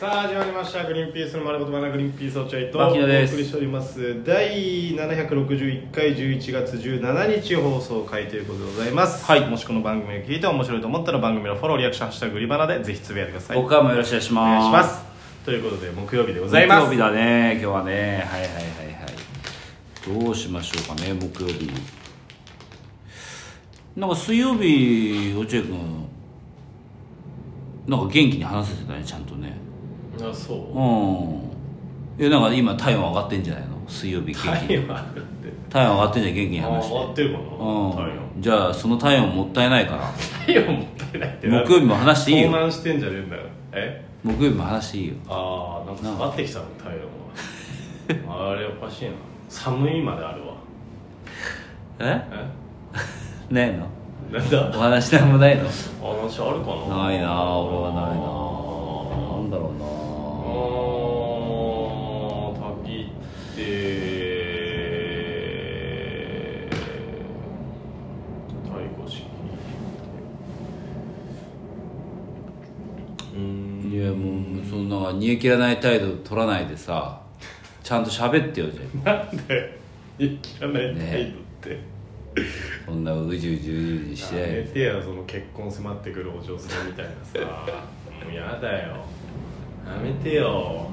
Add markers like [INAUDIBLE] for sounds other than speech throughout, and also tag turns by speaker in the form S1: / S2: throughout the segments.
S1: さあ始まりました「グリーンピースの丸ごとバナグリーンピース落合」とお
S2: 牧野です
S1: 送りしております第761回11月17日放送回ということでございます、
S2: はい
S1: もしこの番組を聞いて面白いと思ったら番組のフォローリアクション「ハッシュタググリバナ」でぜひつぶやいてくださいお
S2: 僕はもよろしくお願いし
S1: 願いし
S2: ま
S1: ますすということで木曜日でございます
S2: 木曜日だね今日はねはいはいはいはいどうしましょうかね木曜日なんか水曜日落合君なんか元気に話せてたねちゃんとね
S1: あそう
S2: うんいやなんか今体温上がってんじゃないの水曜日元気
S1: 体
S2: に
S1: 温上がって
S2: 体温上がってんじゃん元気に
S1: あ
S2: 話
S1: ー
S2: し
S1: 上
S2: て
S1: がってるかな体
S2: うんじゃあその体温もったいないから
S1: 温体温もったいないってな
S2: 木曜日も話していい
S1: 遭
S2: よ
S1: 難してんじゃねえんだよえ
S2: 木曜日も話していいよ
S1: ああなんか下がってきたの体温があれおかしいな寒いまであるわ
S2: え
S1: え
S2: ないの
S1: なん
S2: お
S1: だ
S2: 話なんもないの
S1: 話あるかな
S2: ないなあ俺はないなあ
S1: な
S2: なんだろうな
S1: あー滝って太鼓式うーん
S2: いやもうそんな煮え切らない態度取らない
S1: [LAUGHS]
S2: でさちゃんと喋ってよじゃあ
S1: なんでいらない態度って、
S2: そんなうじうじうじうじし
S1: やめ
S2: て
S1: てよその結婚迫ってくるお嬢さんみたいなさもうやだよやめてよ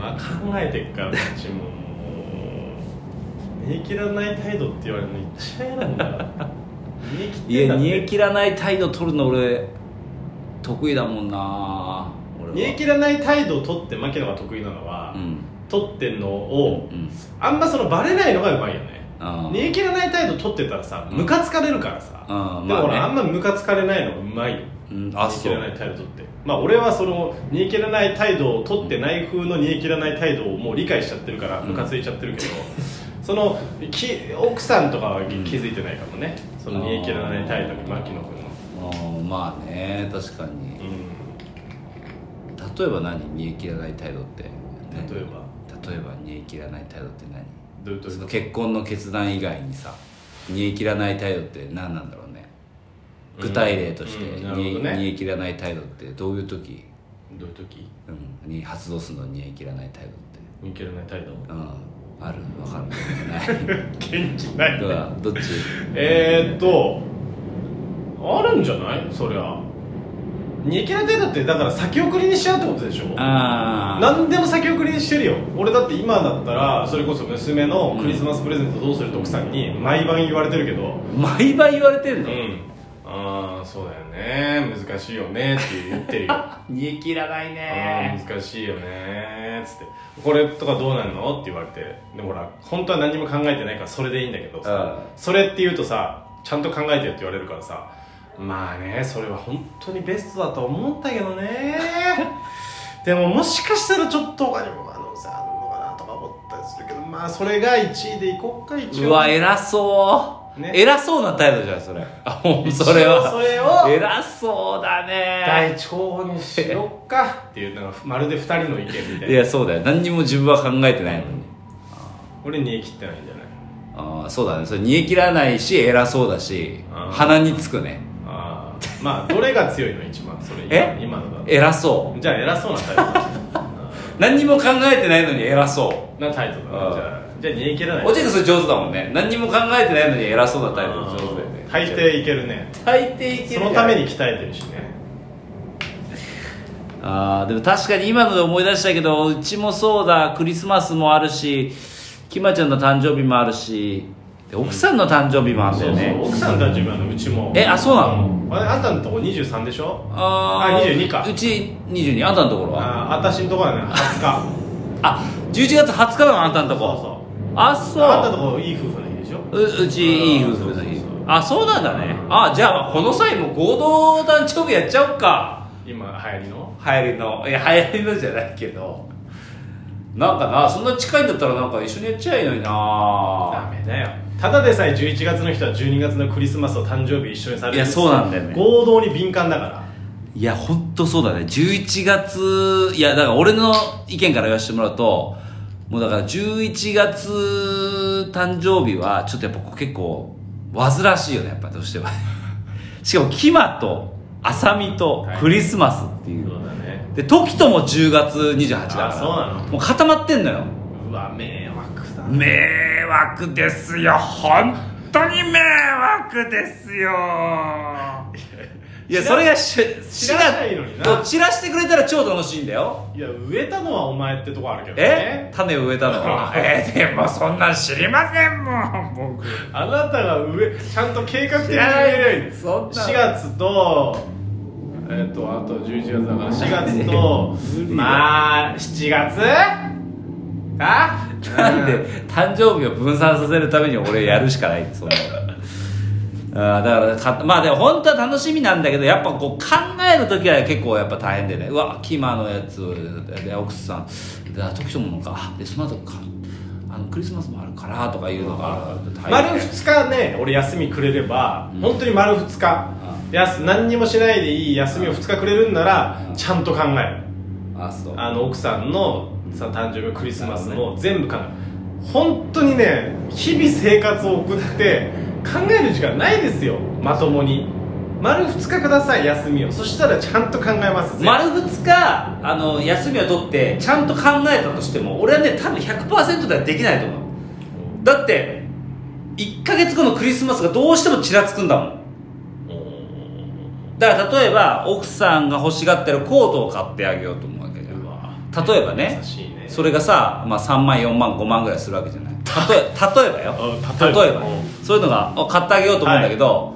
S1: まあ考えてっからこっちももう煮え切らない態度って言われるの一番嫌なんだから煮え切っ
S2: い
S1: てんだ
S2: や
S1: って
S2: 煮え切らない態度取るの俺得意だもんな俺は
S1: 煮え切らない態度を取って牧野が得意なのは、
S2: うん
S1: 取ってんのを、
S2: うん
S1: あんまそのバレないのがうまいよね
S2: あ
S1: 煮え切らない態度取ってたらさムカつかれるからさ、
S2: うん
S1: でも俺、
S2: まあね
S1: あんまムカつかれないのがうまいよ
S2: うんあ
S1: 煮え切
S2: そ
S1: らないう態度取ってまあ俺はその煮え切らない態度を取ってない風の煮え切らない態度をもう理解しちゃってるから
S2: ん
S1: ムカついちゃってるけど、そのき奥さんとかは気気づいてないかもねその煮え切らない態度に牧野君の
S2: うんまあね確かに
S1: う
S2: 例えば何煮え切らない態度っ
S1: ん
S2: て
S1: 例えば
S2: ば例えば煮え切らない態度って何
S1: どういうと
S2: その結婚の決断以外にさ煮え切らない態度って何なんだろうね具体例として
S1: うん
S2: 煮
S1: な
S2: え,、
S1: るほどね
S2: 煮え切らない態度ってどういう時、
S1: どういう時
S2: うん、に発動するの煮え切らない態度って
S1: 煮え切らない態度
S2: うんあるわかんない
S1: 元気ない
S2: だからどっち
S1: [LAUGHS] えーっとあるんじゃないそりゃ煮え切らない態度ってだから先送りにしちゃうってことでしょ
S2: ああ
S1: 何でも先送りにしてるよ俺だって今だったらそれこそ娘のクリスマスプレゼントどうするって奥さんに毎晩言われてるけど
S2: 毎晩言われて
S1: うん
S2: の、
S1: んああそうだよね難しいよねって言ってるよ [LAUGHS] あ
S2: 煮え切らない
S1: ー
S2: ね
S1: 難しいよねつってこれとかどうなんのって言われてでもほら本当は何も考えてないからそれでいいんだけどさ
S2: う
S1: それって言うとさちゃんと考えてよって言われるからさまあねそれは本当にベストだと思ったけど
S2: [LAUGHS]
S1: ねでももしかしたらちょっと他にも可能性あるのかなとか思ったりするけどまあそれが1位でいこっか一
S2: う
S1: 応
S2: わ偉そう、
S1: ね
S2: 偉そうな態度じゃんそれあもうそれ
S1: 一応そ
S2: は
S1: れを
S2: 偉そうだね
S1: 大腸にしよっかっていうのがまるで2人の意見みたい
S2: い
S1: な
S2: やそうだよ何にも自分は考えてないのに
S1: 俺煮え切ってないんじゃない
S2: ああそうだねそれ煮え切らないし偉そうだし
S1: あー
S2: 鼻につくね
S1: ああまあどれが強いの一番それ
S2: え
S1: 今のだと
S2: 偉そ
S1: じゃあ偉そうな態度
S2: [LAUGHS]
S1: だ
S2: う何にも考えてないのに偉そ
S1: な態度だな
S2: ああ
S1: じゃあじゃあ煮え切らないう
S2: おちゃくそれ上手だもんね何にも考えてないのに偉そうな態度上手だよね
S1: 大抵いけるね
S2: 大抵いけるじ
S1: そ
S2: ゃん
S1: のために鍛えてるしね
S2: あーでも確かに今ので思い出したけどうちもそうだクリスマスもあるしきまちゃんの誕生日もあるしで奥さんの誕生日もあるんだよね、
S1: そうそう奥さんたちもあのうちも
S2: えあそうなの
S1: んあれあんたのとこ23でしょ
S2: あー
S1: あ22か
S2: うち22あんたのところは
S1: ああたしのとこはね20日
S2: あ11月20日だのあんたんとこ
S1: そう
S2: あ
S1: そうあんた
S2: そ
S1: のとこいい夫婦の日でしょ
S2: うううちいい夫婦の
S1: そう
S2: 日
S1: そうそう
S2: あそうなんだねあじゃあこの際も合同誕生日やっちゃおっか
S1: 今流行りの
S2: 流行りのいや流行りのじゃないけどなんかなそんな近いんだったらなんか一緒にやっちゃえばいいのに
S1: ダ
S2: な
S1: メだよただでさえ11月の人は12月のクリスマスを誕生日一緒にされる
S2: いやそうなんだよね
S1: 合同に敏感だから
S2: いや本当そうだね11月いやだから俺の意見から言わせてもらうともうだから11月誕生日はちょっとやっぱこう結構煩わしいよねやっぱどう [LAUGHS] してもしかもキマとアサミとクリスマスっていう、
S1: そうだね
S2: で時とも10月28だから
S1: あそうなの
S2: もう固まってんのよ
S1: うわ迷惑だ
S2: 迷惑ですよ本当に迷惑ですよいやそれがし
S1: 知らないのにな
S2: 知ら散らしてくれたら超楽しいんだよ
S1: いや植えたのはお前ってとこあるけど
S2: え
S1: ね
S2: 種を植えたのは [LAUGHS] えでもそんなん知りませんもん僕
S1: あなたが植えちゃんと計画的に植えりゃいいんです
S2: そんな
S1: 4月とえっ、とあと11月だから4月と
S2: 無理だ
S1: まあ7月あ
S2: なんで誕生日を分散させるために俺やるしかないそのあーだからかまあでも本当は楽しみなんだけどやっぱこう考える時は結構やっぱ大変でねうわキマのやつで奥さんで時とものかでその後かあのクリスマスもあるからとかいうのが大
S1: 丸
S2: 変
S1: 2日ね俺休みくれれば、本当に丸2日、やす何にもしないでいい休みを2日くれるんなら、
S2: うん
S1: ちゃんと考える
S2: あそう
S1: あの奥さんのさ誕生日クリスマス
S2: なるほ
S1: も全部考える本当にね日々生活を送って考える時間ないですよまともに丸2日ください休みをそしたらちゃんと考えます
S2: 丸2日あの休みを取ってちゃんと考えたとしても俺はね多分100%ではできないと思うだって1ヶ月後のクリスマスがどうしてもちらつくんだもんだから例えば奥さんが欲しがってるコートを買ってあげようと思うわけじゃん
S1: うわ
S2: 例えばね
S1: 優しいね
S2: それがさ、まあ、3万4万5万ぐらいするわけじゃない例え例えばよ
S1: あ例えばう
S2: そういうのがあ買ってあげようと思うんだけど、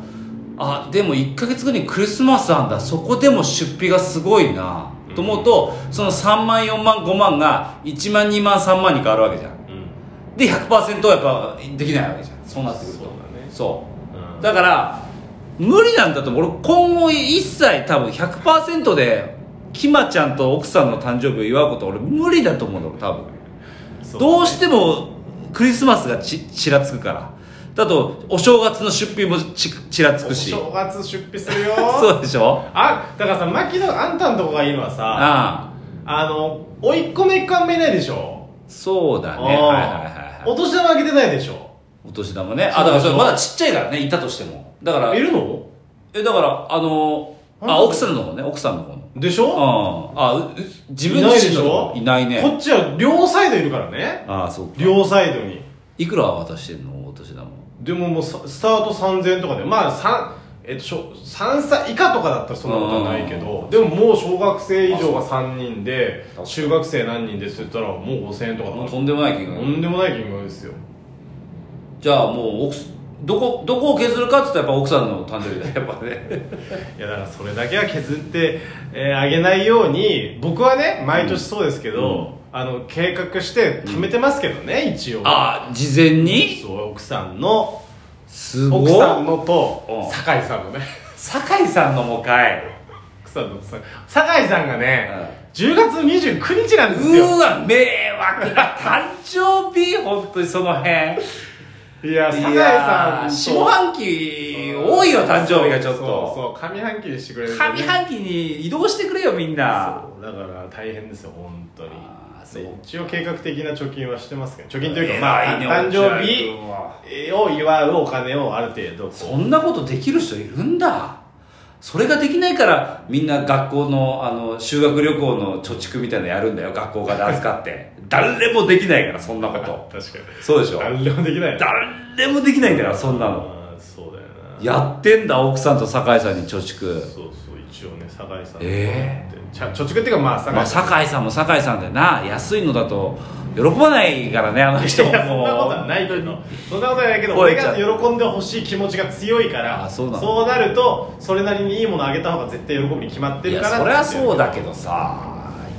S2: あでも1ヶ月後にクリスマスなんだそこでも出費がすごいなと思うとその3万4万5万が1万2万3万に変わるわけじゃん
S1: うん
S2: で100%はやっぱできないわけじゃんそうなってくると
S1: そうだね
S2: そう
S1: うん
S2: だから無理なんだと思う俺今後一切多分100%できまちゃんと奥さんの誕生日を祝うことは俺無理だと思うんだ多分
S1: そう
S2: どうしてもクリスマスがちちらつくからだとお正月の出費もちちらつくし
S1: お正月出費するよ
S2: [LAUGHS] そうでしょ
S1: あだからさ牧野あんたんとこがいいのはさあ
S2: ああ
S1: の甥っ子めっ子あんまいないでしょ
S2: そうだねはいはいはいは
S1: お年玉あげてないでしょ
S2: いお年玉ねあだからそれまだちっちゃいからねいたとしてもだから
S1: いるの
S2: えだからあの
S1: あ
S2: あ奥さんの方ね奥さんの方の
S1: でしょ
S2: ああうう自分
S1: いないで
S2: 自身
S1: しょ
S2: のいないね
S1: こっちは両サイドいるからね
S2: ああそうか
S1: 両サイドに
S2: いくら渡してんのお年玉
S1: でももうさスタート3000とかでまあ3えっとしょ3歳以下とかだったらそんなことはないけどでももう小学生以上が3人で
S2: あそう
S1: 中学生何人ですって言ったらもう5000円とかだ
S2: もう
S1: か
S2: とんでもない金
S1: ら
S2: 額、
S1: とんでもない金額ですよ
S2: じゃあもう奥すどこどこを削るかっつったらやっぱ奥さんの誕生
S1: [LAUGHS]
S2: 日だよやっぱね
S1: いやだからそれだけは削ってあ、えーあげないように僕はね毎年そうですけど、あの計画して貯めてますけどね、一応
S2: ああ事前に
S1: そう奥さんの
S2: すご
S1: 奥
S2: い
S1: さんのと
S2: うん
S1: 酒井さんのね
S2: 酒井さんのもかい
S1: 奥さんのと酒井酒井さんがね、
S2: う
S1: 10月29日なん
S2: う
S1: ですよ
S2: ーわ迷惑な誕生日本当にその辺
S1: いや酒井
S2: いや
S1: さん
S2: ー
S1: と
S2: 下半期多いよ誕生日がちょっと
S1: そうそう上半期にしてくれるとね
S2: 上半期に移動してくれよみんな
S1: そうだから大変ですよ本当に
S2: あーそう
S1: で一応計画的な貯金はしてますけど貯金というか、
S2: 偉い
S1: まあ、
S2: ね
S1: 誕
S2: 落合
S1: 生日
S2: 君は
S1: を祝うお金をある程度こう
S2: そんなことできる人いるんだそれができないからみんな学校のあの修学旅行の貯蓄みたいなのやるんだよ学校から預かって
S1: [LAUGHS]
S2: 誰もできないからそんなこと
S1: 確かに
S2: そうでしょ
S1: 何でもできない
S2: 誰もできないんだからそんなの
S1: あーそうだよな
S2: やってんだ奥さんと酒井さんに貯蓄
S1: そうそう一応ね酒井さん
S2: え
S1: ちゃ貯蓄っていうかまあ酒井さん、
S2: まあ、酒井さんも酒井さんでな安いのだと喜ばないからねあの人も
S1: いやそんなことはないけどそんなことはないけど俺が
S2: 超えちゃう
S1: 喜んでほしい気持ちが強いから
S2: あそうなの
S1: るとそれなりにいいものあげた方が絶対喜ぶに決まって
S2: い
S1: る
S2: や
S1: から
S2: そりゃそうだけ
S1: ど
S2: どさ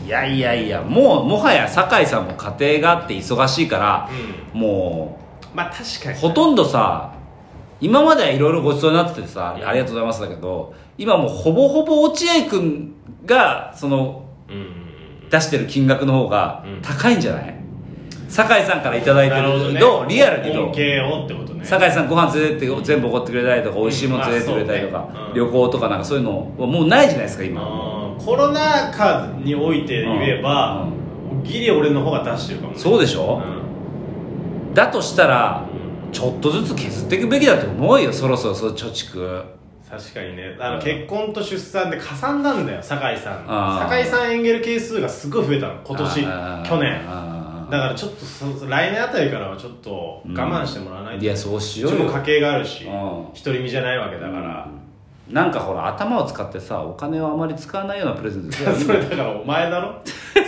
S2: いやいやいやもうもはや酒井さんも家庭があって忙しいから、も
S1: まあ確か
S2: う
S1: に
S2: ほとんどさ今まではいろいろごちそうになっててさありがとうございますだけど今もうほぼほぼ落合君がその
S1: うんうん
S2: 出してる金額の方が
S1: うん
S2: 高いんじゃない、酒井さんから頂いただいてる
S1: なるほ
S2: と、
S1: どね
S2: リアルにと
S1: 恩恵をってことね
S2: 酒井さんご飯連れてって全部怒ってくれたりとか美味しいもの連れてってくれたりと
S1: まあそうね
S2: か
S1: うん
S2: 旅行とかなんかそういうのはもうないじゃないですか今
S1: あーコロナ禍において言えば、ギリ俺の方が出してるかもね
S2: そううでしょ、
S1: ん
S2: だとしたら
S1: うん
S2: ちょっとずつ削っていくべきだと思うよそろそろその貯蓄
S1: 確かにねあ
S2: うん
S1: の結婚と出産でかさんだんだよ酒井さん
S2: あー
S1: 酒井さんエンゲル係数がすごい増えたの今年
S2: あー
S1: 去年
S2: あー
S1: だからちょっとそ来年あたりからはちょっと我慢してもらわないと、
S2: いやそうし
S1: う
S2: よ
S1: ち
S2: う
S1: も
S2: よ
S1: 家計があるし
S2: うん
S1: 独り身じゃないわけだから、
S2: なんかほら頭を使ってさお金をあまり使わないようなプレゼントすればいい
S1: [LAUGHS] それ
S2: んだよ
S1: だからお前だろ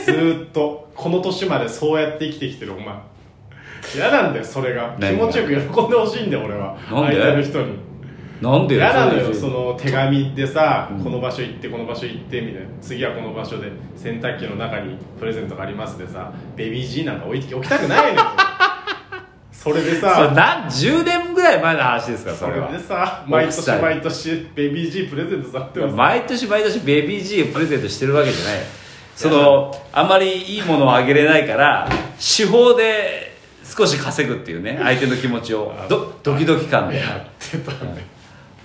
S1: ずーっとこの年までそうやって生きてきてるお前嫌なんだよそれが気
S2: 何が
S1: 持ちよく喜んでほしいんだよ俺は
S2: なんで
S1: 相手の人に
S2: なんでよ
S1: 嫌なのよ
S2: れ
S1: その手紙でさ、
S2: うん
S1: この場所行ってこの場所行ってみたいな次はこの場所で洗濯機の中にプレゼントがありますでさベビー G なんか置いてき置きたくないのよそれで
S2: それ
S1: さ
S2: な10年ぐらい前の話ですから
S1: そ
S2: それ
S1: れ
S2: は
S1: でさ毎
S2: 奥
S1: 年
S2: さん
S1: 毎年ベビー G プレゼントされてます
S2: 毎年毎年ベビー G をプレゼントしてるわけじゃないそのあまりいいものをあげれないから手法で少し稼ぐっていうね相手の気持ちをどドキドキ感で
S1: やってたね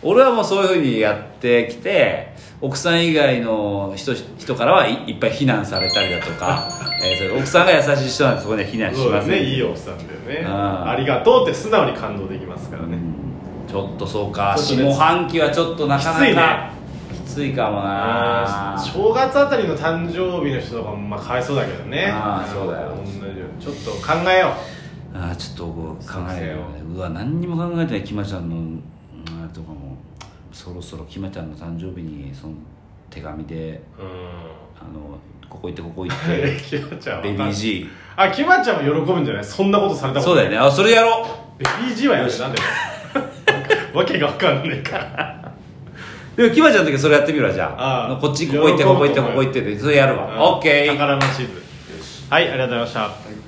S2: 俺はもうそういうふうにやってきて奥さん以外の人人からはいいっぱい非難されたりだと
S1: [LAUGHS]
S2: か、えーそれ奥さんが優しい人なんでそこには非難 [LAUGHS] し
S1: そう
S2: ま
S1: だ
S2: せん
S1: ねいい奥さんだよね
S2: うん
S1: ありがとうって素直に感動できますからね、
S2: ちょっとそうか
S1: ちょっと
S2: 下
S1: ね
S2: 半期はちょっとなかなか
S1: きついね
S2: きついかも
S1: あ
S2: な
S1: ー正月あたりの誕生日の人とかもまあかわいそうだけどね
S2: あーそうだよ
S1: うんちょっと考えよ
S2: あーちょっとこう考えるよねうわ何にも考えてないきまちゃんのうんあれとかもそろそろきまちゃんの誕生日にその手紙で
S1: ううん
S2: あのここ行ってここ行っ
S1: [LAUGHS] え
S2: て
S1: キマちゃんは
S2: ベビー G
S1: あキマちゃんも喜ぶんじゃないそんなことされたこ
S2: そ
S1: と
S2: うだよねあそれやろう
S1: ベビー G はやるなんだよわけがわかんないから
S2: でもキマちゃんの時それやってみるわじゃあ
S1: ああ
S2: こっちここ行ってここ行ってここ行ってでそれやるわオッケー
S1: 宝の地図はいありがとうございました